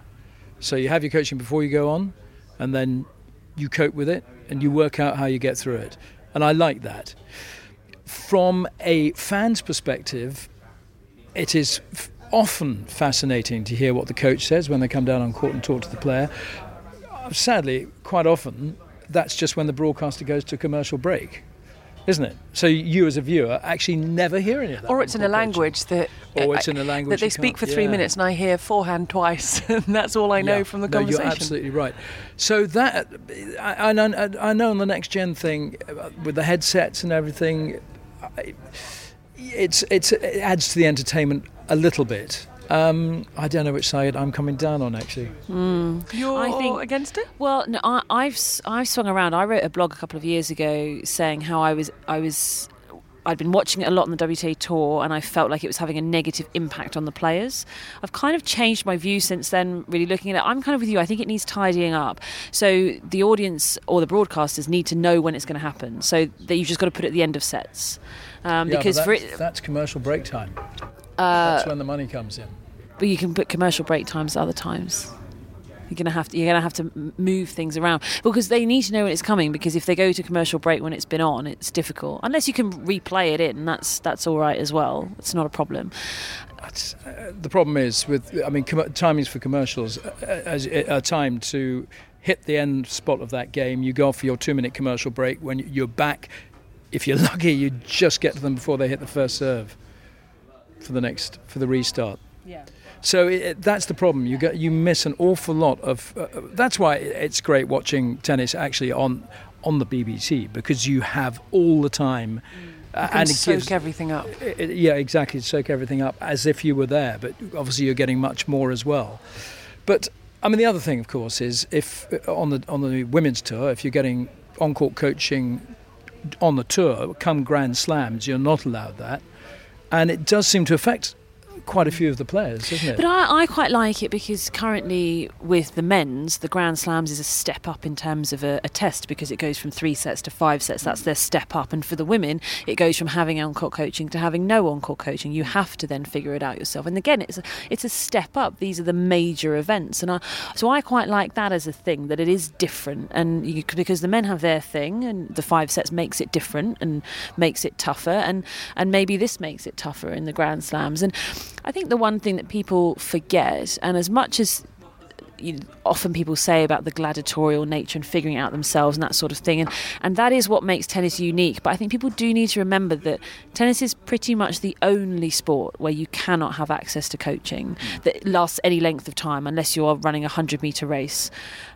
[SPEAKER 2] So you have your coaching before you go on, and then you cope with it and you work out how you get through it. And I like that. From a fan's perspective, it is f- often fascinating to hear what the coach says when they come down on court and talk to the player. Sadly, quite often, that's just when the broadcaster goes to a commercial break, isn't it? So you, as a viewer, actually never hear any of that.
[SPEAKER 3] or it's in a
[SPEAKER 2] on court coaching.
[SPEAKER 3] language that
[SPEAKER 2] Or it's
[SPEAKER 3] I-
[SPEAKER 2] in a
[SPEAKER 3] that
[SPEAKER 2] language
[SPEAKER 3] they
[SPEAKER 2] you
[SPEAKER 3] speak
[SPEAKER 2] can't-
[SPEAKER 3] for three
[SPEAKER 2] yeah.
[SPEAKER 3] minutes and I hear forehand twice and that's all I know
[SPEAKER 2] Yeah.
[SPEAKER 3] from the
[SPEAKER 2] no,
[SPEAKER 3] conversation.
[SPEAKER 2] You're absolutely right. So that I, I, know, I know on the next gen thing uh, with the headsets and everything, I, it's it's it adds to the entertainment a little bit. Um, I don't know which side I'm coming down on actually.
[SPEAKER 3] You're
[SPEAKER 1] I think-
[SPEAKER 3] against it.
[SPEAKER 1] Well, no, I, I've s- I've swung around. I wrote a blog a couple of years ago saying how I was I was I'd been watching it a lot on the WTA tour, and I felt like it was having a negative impact on the players. I've kind of changed my view since then. Really looking at it, I'm kind of with you. I think it needs tidying up. So the audience or the broadcasters need to know when it's going to happen. So that you've just got to put it at the end of sets, um,
[SPEAKER 2] Yeah, but
[SPEAKER 1] because for
[SPEAKER 2] that's,
[SPEAKER 1] it,
[SPEAKER 2] that's commercial break time.
[SPEAKER 3] Uh,
[SPEAKER 2] that's when the money comes in.
[SPEAKER 1] but you can put commercial break times at other times. You're gonna have to you're gonna have to m- move things around because they need to know when it's coming. Because if they go to commercial break when it's been on, it's difficult. Unless you can replay it in, that's that's all right as well. It's not a problem.
[SPEAKER 2] That's, uh, the problem is with I mean com- timings for commercials uh, as a time to hit the end spot of that game. You go off for your two-minute commercial break. When you're back, if you're lucky, you just get to them before they hit the first serve for the next for the restart.
[SPEAKER 3] Yeah.
[SPEAKER 2] So it, that's the problem. You get you miss an awful lot of. Uh, uh, that's why it- it's great watching tennis actually on on the BBC because you have all the time. Uh,
[SPEAKER 3] And, soak everything up.
[SPEAKER 2] I- I- yeah, exactly. Soak everything up as if you were there, but obviously you're getting much more as well. But I mean, the other thing, of course, is if uh, on the on the women's tour, if you're getting on-court coaching on the tour, come Grand Slams, you're not allowed that, and it does seem to affect quite a few of the players, doesn't it?
[SPEAKER 1] But uh, I, I quite like it because currently with the men's, the Grand Slams is a step up in terms of a, a test because it goes from three sets to five sets. That's their step up. And for the women, it goes from having on-court coaching to having no on-court coaching. You have to then figure it out yourself. And again, it's a, it's a step up. These are the major events, and I, so I quite like that as a thing that it is different. And you, because the men have their thing, and the five sets makes it different and makes it tougher. And and maybe this makes it tougher in the Grand Slams. And I think the one thing that people forget, and as much as you, often people say about the gladiatorial nature and figuring it out themselves and that sort of thing, and and that is what makes tennis unique. But I think people do need to remember that tennis is pretty much the only sport where you cannot have access to coaching that lasts any length of time unless you are running a hundred meter race.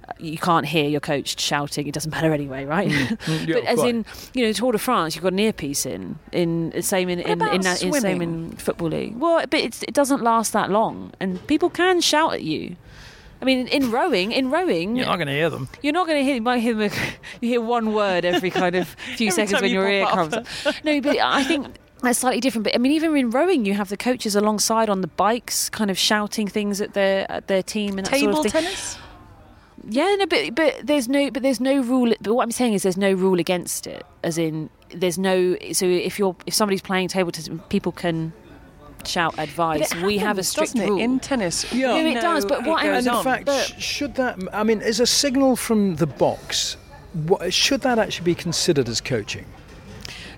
[SPEAKER 1] Uh, You can't hear your coach shouting. It doesn't matter anyway, right?
[SPEAKER 2] Mm, yeah,
[SPEAKER 1] but as
[SPEAKER 2] quite.
[SPEAKER 1] in, you know, Tour de France, you've got an earpiece in. In uh, same in in,
[SPEAKER 3] about
[SPEAKER 1] in, that- in same
[SPEAKER 3] swimming?
[SPEAKER 1] in football league. Well, but it's, it doesn't last that long, and people can shout at you. I mean, in rowing, in rowing,
[SPEAKER 2] You're not going to hear them.
[SPEAKER 1] you're not going to hear you might hear them, you hear one word every kind of few
[SPEAKER 3] Every
[SPEAKER 1] seconds
[SPEAKER 3] time
[SPEAKER 1] when
[SPEAKER 3] you
[SPEAKER 1] your ear
[SPEAKER 3] pop up.
[SPEAKER 1] comes up. No, but I think that's slightly different. But I mean, even in rowing, you have the coaches alongside on the bikes, kind of shouting things at their at their team and that sort
[SPEAKER 3] Table
[SPEAKER 1] of thing.
[SPEAKER 3] tennis.
[SPEAKER 1] Yeah, no, but but there's no but there's no rule. But what I'm saying is there's no rule against it. As in, there's no so if you're if somebody's playing table tennis, people can shout
[SPEAKER 3] But
[SPEAKER 1] advice.
[SPEAKER 3] it
[SPEAKER 1] we have a
[SPEAKER 3] happens,
[SPEAKER 1] strict
[SPEAKER 3] doesn't it,
[SPEAKER 1] rule.
[SPEAKER 3] in tennis.
[SPEAKER 2] Yeah.
[SPEAKER 3] You
[SPEAKER 2] No,
[SPEAKER 1] it
[SPEAKER 3] know
[SPEAKER 1] does, but what
[SPEAKER 3] it
[SPEAKER 1] I'm-
[SPEAKER 2] And
[SPEAKER 3] goes
[SPEAKER 2] in
[SPEAKER 3] on.
[SPEAKER 2] fact,
[SPEAKER 1] But-
[SPEAKER 2] sh- should that, I mean, is a signal from the box, what, should that actually be considered as coaching?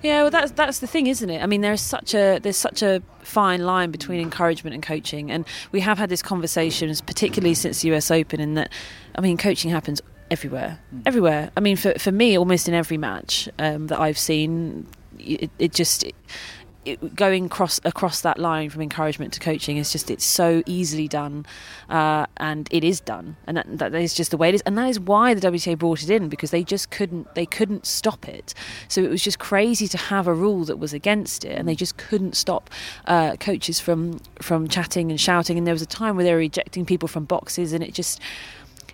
[SPEAKER 1] Yeah, well, that's that's the thing, isn't it? I mean, there's such a there's such a fine line between encouragement and coaching, and we have had this conversation, particularly since the U.S. Open, in that, I mean, coaching happens everywhere, everywhere. I mean, for for me, almost in every match um, that I've seen, it, it just. It, it, going cross across that line from encouragement to coaching is just it's so easily done uh, and it is done and that, that is just the way it is and that is why the WTA brought it in because they just couldn't they couldn't stop it so it was just crazy to have a rule that was against it and they just couldn't stop uh, coaches from from chatting and shouting and there was a time where they were ejecting people from boxes and it just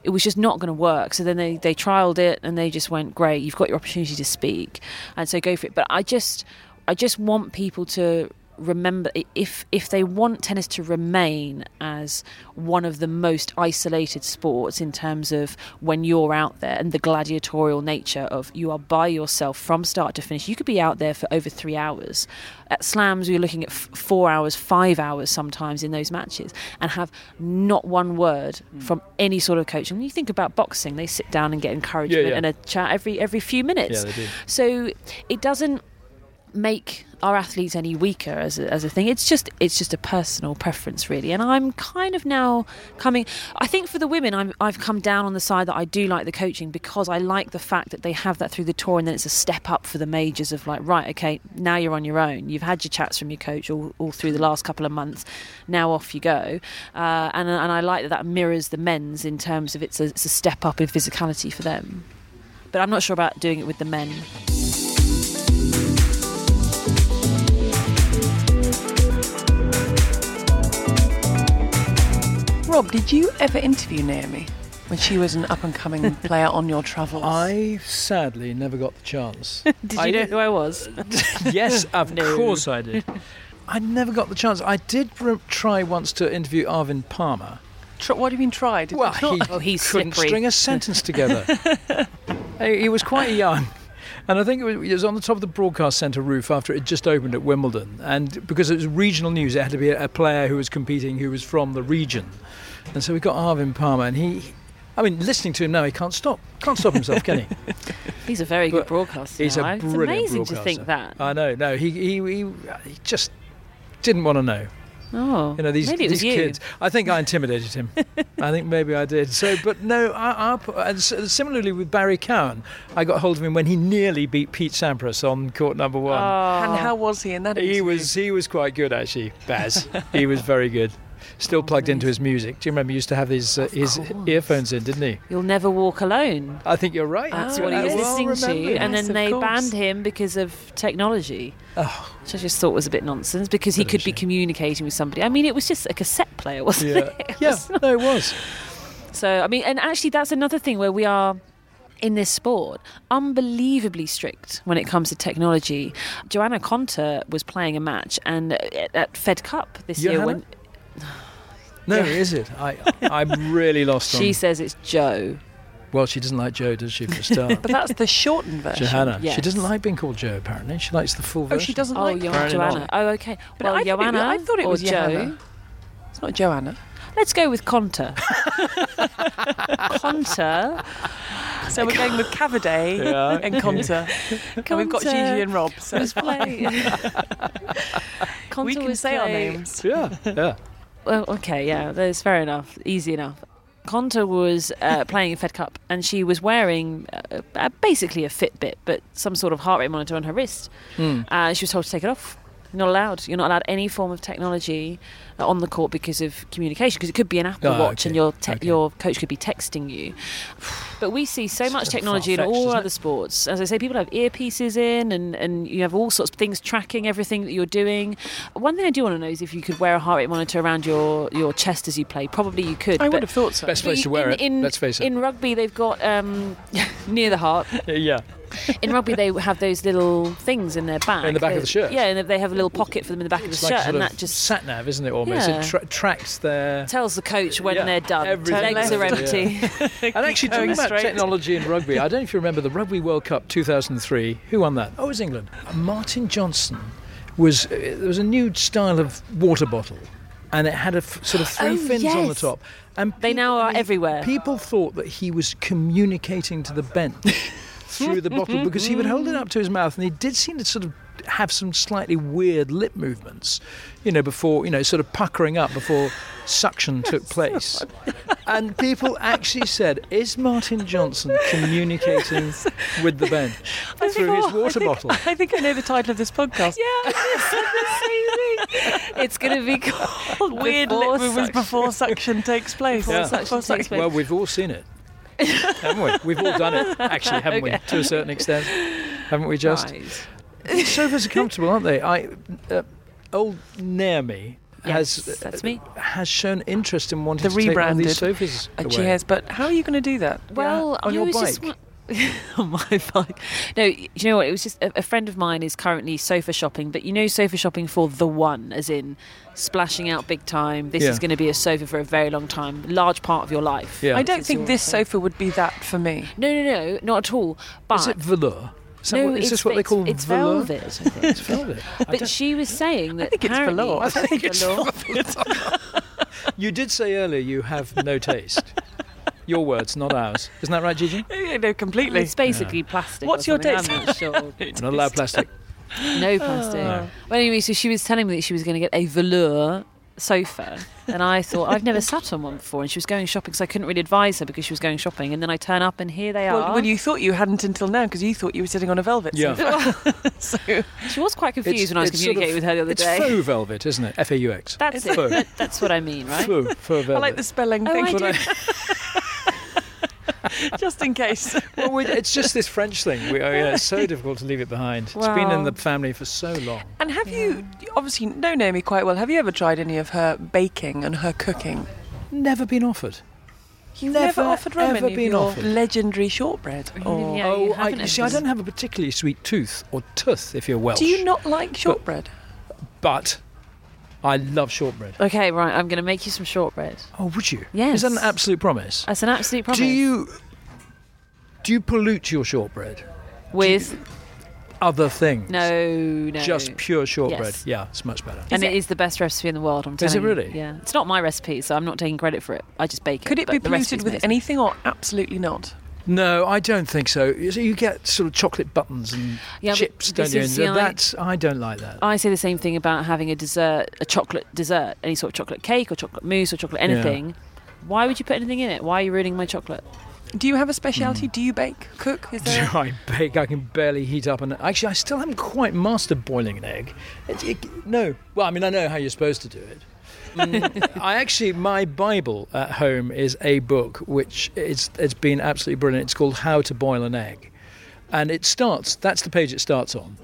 [SPEAKER 1] it was just not going to work. So then they, they trialed it and they just went, great, you've got your opportunity to speak. And so go for it. But I just, I just want people to remember i- if, if they want tennis to remain as one of the most isolated sports in terms of when you're out there and the gladiatorial nature of you are by yourself from start to finish, you could be out there for over three hours. At slams, we were looking at f- four hours, five hours sometimes in those matches and have not one word
[SPEAKER 2] Hmm.
[SPEAKER 1] from any sort of coaching. When you think about boxing, they sit down and get encouragement
[SPEAKER 2] yeah.
[SPEAKER 1] and a chat every every few minutes.
[SPEAKER 2] Yeah, they do.
[SPEAKER 1] So it doesn't make our athletes any weaker as a, as a thing. It's just it's just a personal preference really. And I'm kind of now coming. I think for the women, I'm, I've come down on the side that I do like the coaching because I like the fact that they have that through the tour, and then it's a step up for the majors of like right, okay, now you're on your own. You've had your chats from your coach all, all through the last couple of months. Now off you go. Uh, and and I like that that mirrors the men's in terms of it's a, it's a step up in physicality for them. But I'm not sure about doing it with the men.
[SPEAKER 3] Rob, did you ever interview Naomi when she was an up and coming player on your travels?
[SPEAKER 2] I sadly never got the chance.
[SPEAKER 1] Did you
[SPEAKER 2] I-
[SPEAKER 1] know who I was?
[SPEAKER 2] yes, of
[SPEAKER 1] No.
[SPEAKER 2] course I did. I never got the chance. I did pr- try once to interview Arvin Palmer.
[SPEAKER 3] Tr- what do you mean tried?
[SPEAKER 2] Well, he
[SPEAKER 1] Oh, he's
[SPEAKER 2] couldn't
[SPEAKER 1] slippery.
[SPEAKER 2] string a sentence together. he he was quite young. And I think it was, it was on the top of the broadcast centre roof after it had just opened at Wimbledon. And because it was regional news, it had to be a, a player who was competing who was from the region. And so we got Arvin Palmer, and he, I mean, listening to him now, he can't stop. Can't stop himself, can he?
[SPEAKER 1] He's a very
[SPEAKER 2] But
[SPEAKER 1] good broadcaster.
[SPEAKER 2] He's
[SPEAKER 1] now.
[SPEAKER 2] a brilliant
[SPEAKER 1] It's amazing to
[SPEAKER 2] broadcaster.
[SPEAKER 1] think that.
[SPEAKER 2] I know. No, he he, he, he just didn't want to know.
[SPEAKER 1] oh,
[SPEAKER 2] You know these,
[SPEAKER 1] maybe it was
[SPEAKER 2] these
[SPEAKER 1] you.
[SPEAKER 2] kids. I think I intimidated him. I think maybe I did. So, but no. I, I put- and s- similarly with Barry Cowan, I got hold of him when he nearly beat Pete Sampras on court number one.
[SPEAKER 1] Oh.
[SPEAKER 3] and how was he in that?
[SPEAKER 2] he
[SPEAKER 3] interview?
[SPEAKER 2] was he was quite good actually, Baz. he was very good.
[SPEAKER 1] Oh,
[SPEAKER 2] Still plugged into his music. Do you remember he used to have his uh, his
[SPEAKER 1] course.
[SPEAKER 2] earphones in, didn't he?
[SPEAKER 1] You'll never walk alone.
[SPEAKER 2] I think you're right.
[SPEAKER 1] That's
[SPEAKER 3] Oh,
[SPEAKER 1] what he was
[SPEAKER 3] yes.
[SPEAKER 2] Well
[SPEAKER 1] listening to,
[SPEAKER 2] remembered.
[SPEAKER 1] and
[SPEAKER 3] Yes,
[SPEAKER 1] then
[SPEAKER 3] of
[SPEAKER 1] they
[SPEAKER 3] course.
[SPEAKER 1] banned him because of technology,
[SPEAKER 2] Oh,
[SPEAKER 1] which I just thought was a bit nonsense because he
[SPEAKER 2] Bit of
[SPEAKER 1] could
[SPEAKER 2] a
[SPEAKER 1] be
[SPEAKER 2] shame.
[SPEAKER 1] communicating with somebody. I mean, it was just a cassette player, wasn't
[SPEAKER 2] yeah,
[SPEAKER 1] it? It
[SPEAKER 2] yeah.
[SPEAKER 1] was
[SPEAKER 2] No, it was.
[SPEAKER 1] So, I mean, and actually, that's another thing where we are in this sport unbelievably strict when it comes to technology. Joanna Conter was playing a match and at, at Fed Cup this year
[SPEAKER 2] Johanna?
[SPEAKER 1] when
[SPEAKER 2] No,
[SPEAKER 1] Yeah.
[SPEAKER 2] is it? I I'm really lost on.
[SPEAKER 1] she says it's Joe.
[SPEAKER 2] Well, she doesn't like Joe, does she? For a start,
[SPEAKER 3] But that's the shortened version.
[SPEAKER 2] Johanna. She
[SPEAKER 1] Yes.
[SPEAKER 2] doesn't like being called Joe. Apparently, she likes the full
[SPEAKER 3] Oh,
[SPEAKER 2] version.
[SPEAKER 3] she doesn't
[SPEAKER 1] Oh,
[SPEAKER 3] like.
[SPEAKER 1] Jo-
[SPEAKER 2] Apparently
[SPEAKER 1] Joanna.
[SPEAKER 2] not.
[SPEAKER 1] Oh, okay.
[SPEAKER 3] But
[SPEAKER 1] well,
[SPEAKER 3] I thought it-
[SPEAKER 1] Joanna.
[SPEAKER 3] I thought it
[SPEAKER 1] or
[SPEAKER 3] was
[SPEAKER 1] Joe.
[SPEAKER 3] Johanna. It's not Joanna.
[SPEAKER 1] Let's go with Conter. Conter.
[SPEAKER 3] So we're going with Cavaday
[SPEAKER 2] Yeah.
[SPEAKER 3] and Conta. And we've got Gigi and Rob. So
[SPEAKER 1] was playing. Conter
[SPEAKER 3] we can
[SPEAKER 1] was
[SPEAKER 3] say our
[SPEAKER 1] playing-
[SPEAKER 3] names.
[SPEAKER 2] Yeah, yeah.
[SPEAKER 1] Well, okay, yeah, that's fair enough, easy enough. Conta was uh, playing in Fed Cup and she was wearing uh, uh, basically a Fitbit, but some sort of heart rate monitor on her wrist.
[SPEAKER 2] Hmm.
[SPEAKER 1] Uh, she was told to take it off. Not allowed. You're not allowed any form of technology uh, on the court because of communication. Because it could be an Apple
[SPEAKER 2] Ah,
[SPEAKER 1] Watch,
[SPEAKER 2] okay,
[SPEAKER 1] and your te-
[SPEAKER 2] okay.
[SPEAKER 1] your coach could be texting you. But we see so much
[SPEAKER 2] bit
[SPEAKER 1] technology in
[SPEAKER 2] far-fetched,
[SPEAKER 1] all
[SPEAKER 2] isn't it?
[SPEAKER 1] other sports. As I say, people have earpieces in, and and you have all sorts of things tracking everything that you're doing. One thing I do want to know is if you could wear a heart rate monitor around your your chest as you play. Probably you could.
[SPEAKER 3] I
[SPEAKER 1] but-
[SPEAKER 3] would have thought so.
[SPEAKER 2] Best
[SPEAKER 1] but
[SPEAKER 2] place
[SPEAKER 1] you-
[SPEAKER 2] to wear
[SPEAKER 1] in,
[SPEAKER 2] it.
[SPEAKER 1] in-
[SPEAKER 2] let's face it.
[SPEAKER 1] In rugby, they've got um, near the heart
[SPEAKER 2] yeah.
[SPEAKER 1] in rugby they have those little things in their back
[SPEAKER 2] In the back of the shirt.
[SPEAKER 1] yeah and they have a little pocket for them in the back of the
[SPEAKER 2] It's like
[SPEAKER 1] shirt
[SPEAKER 2] sort
[SPEAKER 1] and
[SPEAKER 2] of
[SPEAKER 1] that just
[SPEAKER 2] sat nav, isn't it? Almost. almost.
[SPEAKER 1] Yeah.
[SPEAKER 2] It tra- tracks their.
[SPEAKER 1] Tells the coach when
[SPEAKER 2] Yeah,
[SPEAKER 1] they're done.
[SPEAKER 2] everything.
[SPEAKER 1] Legs are
[SPEAKER 2] Left.
[SPEAKER 1] empty.
[SPEAKER 2] And actually, talking
[SPEAKER 3] Going
[SPEAKER 2] about
[SPEAKER 3] straight.
[SPEAKER 2] technology and rugby, I don't know if you remember the Rugby World Cup 2003. Who won that? Oh, it was England. Martin Johnson was. uh, There was a new style of water bottle, and it had a f- sort of three
[SPEAKER 1] Oh,
[SPEAKER 2] fins on the
[SPEAKER 1] yes.
[SPEAKER 2] top. And
[SPEAKER 1] They
[SPEAKER 2] people-
[SPEAKER 1] now
[SPEAKER 2] I
[SPEAKER 1] are
[SPEAKER 2] mean,
[SPEAKER 1] everywhere.
[SPEAKER 2] People thought that he was communicating to the bench through the bottle because he would hold it up to his mouth, and he did seem to sort of have some slightly weird lip movements, you know, before you know, sort of puckering up before suction took place. And people actually said, "Is Martin Johnson communicating with the bench through his water bottle?"
[SPEAKER 3] I think I know the title of this podcast.
[SPEAKER 1] Yeah, it's going to be called Weird
[SPEAKER 3] Before
[SPEAKER 1] Lip
[SPEAKER 3] suction-
[SPEAKER 1] Movements.
[SPEAKER 3] before suction takes place.
[SPEAKER 2] Before Yeah.
[SPEAKER 3] Before
[SPEAKER 1] suction takes place.
[SPEAKER 2] Well, we've all seen it, haven't we? We've all done it, actually, haven't we? To a certain extent, haven't we? Just
[SPEAKER 1] Right.
[SPEAKER 2] sofas are comfortable, aren't they? I, uh, old Naomi
[SPEAKER 1] Yes,
[SPEAKER 2] has
[SPEAKER 1] that's me.
[SPEAKER 2] has shown interest in wanting
[SPEAKER 3] The
[SPEAKER 2] to take one of
[SPEAKER 3] rebranded.
[SPEAKER 2] these sofas
[SPEAKER 3] Uh,
[SPEAKER 2] away.
[SPEAKER 3] She has, but how are you going to do that?
[SPEAKER 1] Well,
[SPEAKER 2] on
[SPEAKER 1] I
[SPEAKER 2] your
[SPEAKER 1] was just
[SPEAKER 2] bike.
[SPEAKER 1] wa- on my bike. No, you know what? It was just a, a friend of mine is currently sofa shopping, but you know, sofa shopping for the one, as in splashing out big time. This
[SPEAKER 2] Yeah.
[SPEAKER 1] is going to be a sofa for a very long time, large part of your life.
[SPEAKER 2] Yeah.
[SPEAKER 3] I don't
[SPEAKER 1] It's
[SPEAKER 3] think
[SPEAKER 1] your
[SPEAKER 3] this
[SPEAKER 1] thing.
[SPEAKER 3] sofa would be that for me.
[SPEAKER 1] No, no, no, not at all. But
[SPEAKER 2] Is it velour? Is, that
[SPEAKER 1] no,
[SPEAKER 2] what- is
[SPEAKER 1] it's,
[SPEAKER 2] this what they
[SPEAKER 1] it's-
[SPEAKER 2] call
[SPEAKER 1] It's
[SPEAKER 2] velour?
[SPEAKER 1] velvet. I think.
[SPEAKER 2] It's velvet. I
[SPEAKER 1] But
[SPEAKER 2] don't-
[SPEAKER 1] she was saying that
[SPEAKER 3] think it's
[SPEAKER 1] apparently-
[SPEAKER 3] velour. I
[SPEAKER 2] think it's
[SPEAKER 1] Velour.
[SPEAKER 2] you did say earlier you have no taste. Your words, not ours. Isn't that right, Gigi?
[SPEAKER 3] Yeah, no, completely.
[SPEAKER 1] It's basically plastic.
[SPEAKER 3] What's
[SPEAKER 1] or
[SPEAKER 3] your
[SPEAKER 1] something,
[SPEAKER 3] date?
[SPEAKER 1] I'm not sure.
[SPEAKER 2] We're not allowed plastic.
[SPEAKER 1] No plastic.
[SPEAKER 2] No.
[SPEAKER 1] Well, anyway, so she was telling me that she was going to get a velour sofa, and I thought I've never sat on one before. And she was going shopping, so I couldn't really advise her because she was going shopping. And then I turn up, and here they
[SPEAKER 3] Well,
[SPEAKER 1] are.
[SPEAKER 3] well, you thought you hadn't until now because you thought you were sitting on a velvet sofa.
[SPEAKER 2] Yeah.
[SPEAKER 3] So
[SPEAKER 1] she was quite confused
[SPEAKER 2] It's-
[SPEAKER 1] when I was
[SPEAKER 2] it's sort of-
[SPEAKER 1] communicating with her the other
[SPEAKER 2] It's
[SPEAKER 1] day.
[SPEAKER 2] faux velvet, isn't it? F A U X.
[SPEAKER 1] That's it.
[SPEAKER 2] Faux.
[SPEAKER 1] That- that's what I mean, right?
[SPEAKER 2] Faux, faux velvet.
[SPEAKER 3] I like the spelling.
[SPEAKER 1] Oh,
[SPEAKER 3] Thank
[SPEAKER 1] I
[SPEAKER 3] you.
[SPEAKER 1] do.
[SPEAKER 3] Just in case.
[SPEAKER 2] well, we, it's just this French thing. We, oh, yeah, it's so difficult to leave it behind. It's been in
[SPEAKER 1] Wow.
[SPEAKER 2] the family for so long.
[SPEAKER 3] And have you you obviously know Naomi quite well? Have you ever tried any of her baking and her cooking?
[SPEAKER 2] Never been offered.
[SPEAKER 3] You've
[SPEAKER 2] Never,
[SPEAKER 3] never, offered Roman
[SPEAKER 2] ever
[SPEAKER 3] any of
[SPEAKER 2] been
[SPEAKER 3] your
[SPEAKER 2] offered.
[SPEAKER 3] legendary shortbread. Or
[SPEAKER 1] Yeah,
[SPEAKER 2] oh,
[SPEAKER 1] you
[SPEAKER 2] I,
[SPEAKER 1] haven't
[SPEAKER 2] you see, I
[SPEAKER 1] ever-
[SPEAKER 2] don't have a particularly sweet tooth or tooth if you're Welsh.
[SPEAKER 3] do you not like shortbread?
[SPEAKER 2] But I love shortbread.
[SPEAKER 1] Okay, right. I'm going to make you some shortbread.
[SPEAKER 2] Oh, would you?
[SPEAKER 1] Yes.
[SPEAKER 2] Is that an absolute promise?
[SPEAKER 1] That's an absolute promise.
[SPEAKER 2] Do you do you pollute your shortbread?
[SPEAKER 1] with
[SPEAKER 2] Other things?
[SPEAKER 1] no, no,
[SPEAKER 2] Just pure shortbread.
[SPEAKER 1] Yes.
[SPEAKER 2] Yeah, it's much better.
[SPEAKER 1] and
[SPEAKER 3] Is
[SPEAKER 1] it is the best recipe in the world. I'm
[SPEAKER 2] Is
[SPEAKER 1] telling
[SPEAKER 2] it
[SPEAKER 1] you.
[SPEAKER 2] really?
[SPEAKER 1] Yeah, it's not my recipe, so I'm not taking credit for it. I just bake it.
[SPEAKER 3] Could it
[SPEAKER 1] but
[SPEAKER 3] be
[SPEAKER 1] the recipe's
[SPEAKER 3] polluted with
[SPEAKER 1] amazing.
[SPEAKER 3] anything or absolutely not?
[SPEAKER 2] No, I don't think so. You see, you get sort of chocolate buttons and
[SPEAKER 1] Yeah, but
[SPEAKER 2] chips,
[SPEAKER 1] this
[SPEAKER 2] don't you?
[SPEAKER 1] is
[SPEAKER 2] And
[SPEAKER 1] the-
[SPEAKER 2] that's I don't like that.
[SPEAKER 1] I say the same thing about having a dessert, a chocolate dessert, any sort of chocolate cake or chocolate mousse or chocolate
[SPEAKER 2] Yeah.
[SPEAKER 1] anything. Why would you put anything in it? Why are you ruining my chocolate?
[SPEAKER 3] Do you have a
[SPEAKER 1] Mm.
[SPEAKER 3] speciality? Do you bake, cook? Is there?
[SPEAKER 2] I bake. I can barely heat up, and actually, I still haven't quite mastered boiling an egg. It, it, no, well, I mean, I know how you're supposed to do it. Mm, I actually, my Bible at home is a book which it's it's been absolutely brilliant. It's called How to Boil an Egg, and it starts. That's the page it starts on,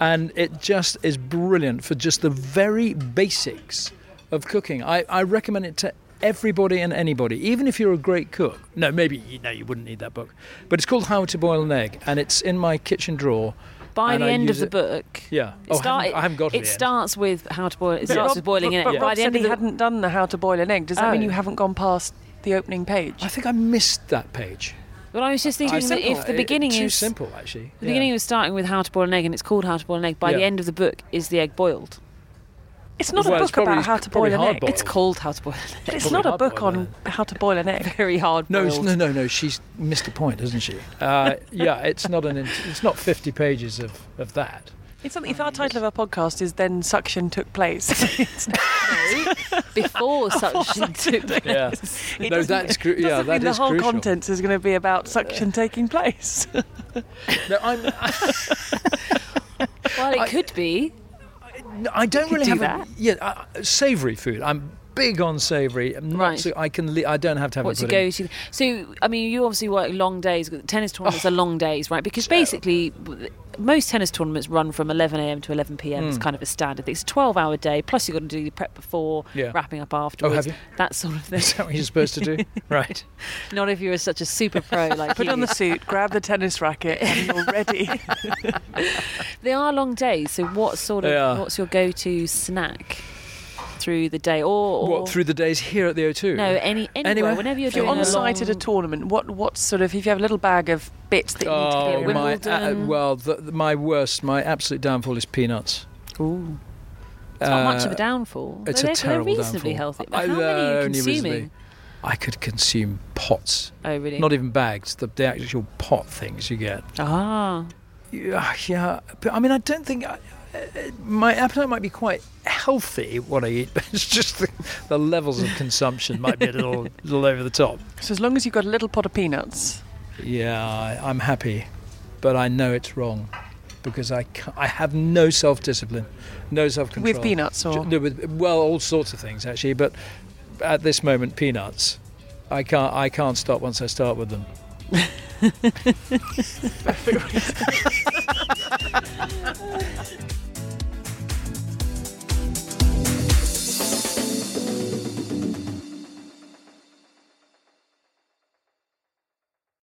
[SPEAKER 2] and it just is brilliant for just the very basics of cooking. I, I recommend it to everybody and anybody, even if you're a great cook. No, maybe you know you wouldn't need that book, but it's called How to Boil an Egg, and it's in my kitchen drawer.
[SPEAKER 1] By
[SPEAKER 2] and
[SPEAKER 1] the
[SPEAKER 2] I
[SPEAKER 1] end of
[SPEAKER 2] use
[SPEAKER 1] the
[SPEAKER 2] it-
[SPEAKER 1] book,
[SPEAKER 2] Yeah.
[SPEAKER 1] it
[SPEAKER 2] Oh,
[SPEAKER 1] start-
[SPEAKER 2] I, haven't, I haven't got to
[SPEAKER 1] it
[SPEAKER 2] the end.
[SPEAKER 1] starts with how to boil. It starts
[SPEAKER 3] Rob-
[SPEAKER 1] with boiling
[SPEAKER 3] but,
[SPEAKER 1] in it.
[SPEAKER 3] But
[SPEAKER 1] But
[SPEAKER 3] Rob
[SPEAKER 1] by the
[SPEAKER 3] said
[SPEAKER 1] end of
[SPEAKER 3] he
[SPEAKER 1] the
[SPEAKER 3] hadn't done the how to boil an egg. Does that mean
[SPEAKER 1] Oh.
[SPEAKER 3] you haven't gone past the opening page?
[SPEAKER 2] I think I missed that page.
[SPEAKER 1] well, I was just thinking that if the
[SPEAKER 2] It-
[SPEAKER 1] beginning
[SPEAKER 2] eh, too
[SPEAKER 1] is
[SPEAKER 2] simple, actually.
[SPEAKER 1] the
[SPEAKER 2] Yeah.
[SPEAKER 1] beginning was starting with how to boil an egg, and it's called how to boil an egg. By the
[SPEAKER 2] Yeah.
[SPEAKER 1] end of the book, is the egg boiled?
[SPEAKER 3] It's not
[SPEAKER 2] Well,
[SPEAKER 3] a
[SPEAKER 2] it's
[SPEAKER 3] book about
[SPEAKER 2] probably-
[SPEAKER 3] how to
[SPEAKER 2] probably
[SPEAKER 3] boil an egg.
[SPEAKER 2] hard-boiled.
[SPEAKER 1] It's called how to boil. an egg.
[SPEAKER 3] But it's
[SPEAKER 2] Probably
[SPEAKER 3] not a
[SPEAKER 2] hard-boiled,
[SPEAKER 3] book on how to boil an egg.
[SPEAKER 1] Very hard.
[SPEAKER 2] No, it's,
[SPEAKER 1] boiled.
[SPEAKER 2] no, no, no. She's missed the point, hasn't she? Uh, yeah, it's not an. int- It's not fifty pages of, of that.
[SPEAKER 3] It's something, if our title of our podcast is "Then Suction Took Place," it's not,
[SPEAKER 1] Before such took
[SPEAKER 2] Yeah,
[SPEAKER 3] It
[SPEAKER 2] no,
[SPEAKER 3] doesn't-
[SPEAKER 2] that's cru-
[SPEAKER 3] doesn't
[SPEAKER 2] yeah,
[SPEAKER 3] mean
[SPEAKER 2] that
[SPEAKER 3] the
[SPEAKER 2] is
[SPEAKER 3] whole
[SPEAKER 2] crucial.
[SPEAKER 3] contents is Uh, going to be about suction taking place.
[SPEAKER 2] No, I'm,
[SPEAKER 1] Well, it
[SPEAKER 2] I-
[SPEAKER 1] could be.
[SPEAKER 2] No, I don't
[SPEAKER 1] could
[SPEAKER 2] really
[SPEAKER 1] do
[SPEAKER 2] have
[SPEAKER 1] that.
[SPEAKER 2] A, yeah, uh, savoury food. I'm big on savoury. I'm not
[SPEAKER 1] Right.
[SPEAKER 2] so- I can. Li- I don't have to have
[SPEAKER 1] What's
[SPEAKER 2] a
[SPEAKER 1] your
[SPEAKER 2] pudding.
[SPEAKER 1] go-to? So, I mean, you obviously work long days. Tennis tournaments are long days, right? Because basically, w- most tennis tournaments run from 11 a.m. to 11 p.m.
[SPEAKER 2] Hmm.
[SPEAKER 1] It's kind of a standard. thing. It's a 12-hour day. Plus, you've got to do the prep before,
[SPEAKER 2] Yeah. Oh,
[SPEAKER 1] wrapping up afterwards.
[SPEAKER 2] you?
[SPEAKER 1] That sort of thing.
[SPEAKER 2] Is that what you're supposed to do? right.
[SPEAKER 1] Not if you're such a super pro like
[SPEAKER 3] Put
[SPEAKER 1] you.
[SPEAKER 3] on the suit, grab the tennis racket, and you're ready.
[SPEAKER 1] They are long days. So, what sort of
[SPEAKER 2] They are.
[SPEAKER 1] what's your go-to snack? through the day, or, or
[SPEAKER 2] What through the days here at the O2?
[SPEAKER 1] no, any anywhere,
[SPEAKER 2] Anywhere?
[SPEAKER 1] whenever you're
[SPEAKER 3] If you're
[SPEAKER 1] doing a
[SPEAKER 3] on site
[SPEAKER 1] long-
[SPEAKER 3] at a tournament, what what sort of if you have a little bag of bits that you need to
[SPEAKER 2] Oh
[SPEAKER 3] clear
[SPEAKER 2] my! Uh,
[SPEAKER 1] Wimbledon.
[SPEAKER 2] well, the, the- my worst, my absolute downfall is peanuts.
[SPEAKER 1] Ooh. It's not much of a downfall.
[SPEAKER 2] Uh, It's
[SPEAKER 1] they're,
[SPEAKER 2] a terrible
[SPEAKER 1] They're reasonably healthy.
[SPEAKER 2] downfall.
[SPEAKER 1] But
[SPEAKER 2] I-
[SPEAKER 1] how many
[SPEAKER 2] uh,
[SPEAKER 1] are you
[SPEAKER 2] only
[SPEAKER 1] consuming?
[SPEAKER 2] reasonably. I could consume pots,
[SPEAKER 1] Oh, really?
[SPEAKER 2] not even bags. The, the actual pot things you get.
[SPEAKER 1] ah.
[SPEAKER 2] Yeah, yeah. But I mean, I don't think I, uh, my appetite might be quite healthy what I eat, but it's just the, the levels of consumption might be a little, little over the top.
[SPEAKER 3] in. So as long as you've got a little pot of peanuts,
[SPEAKER 2] Yeah, I, I'm happy, but I know it's wrong because I, ca- I have no self discipline, no self control.
[SPEAKER 3] with peanuts or
[SPEAKER 2] No, with, well, all sorts of things actually, but at this moment, peanuts. I can't. I can't stop once I start with them.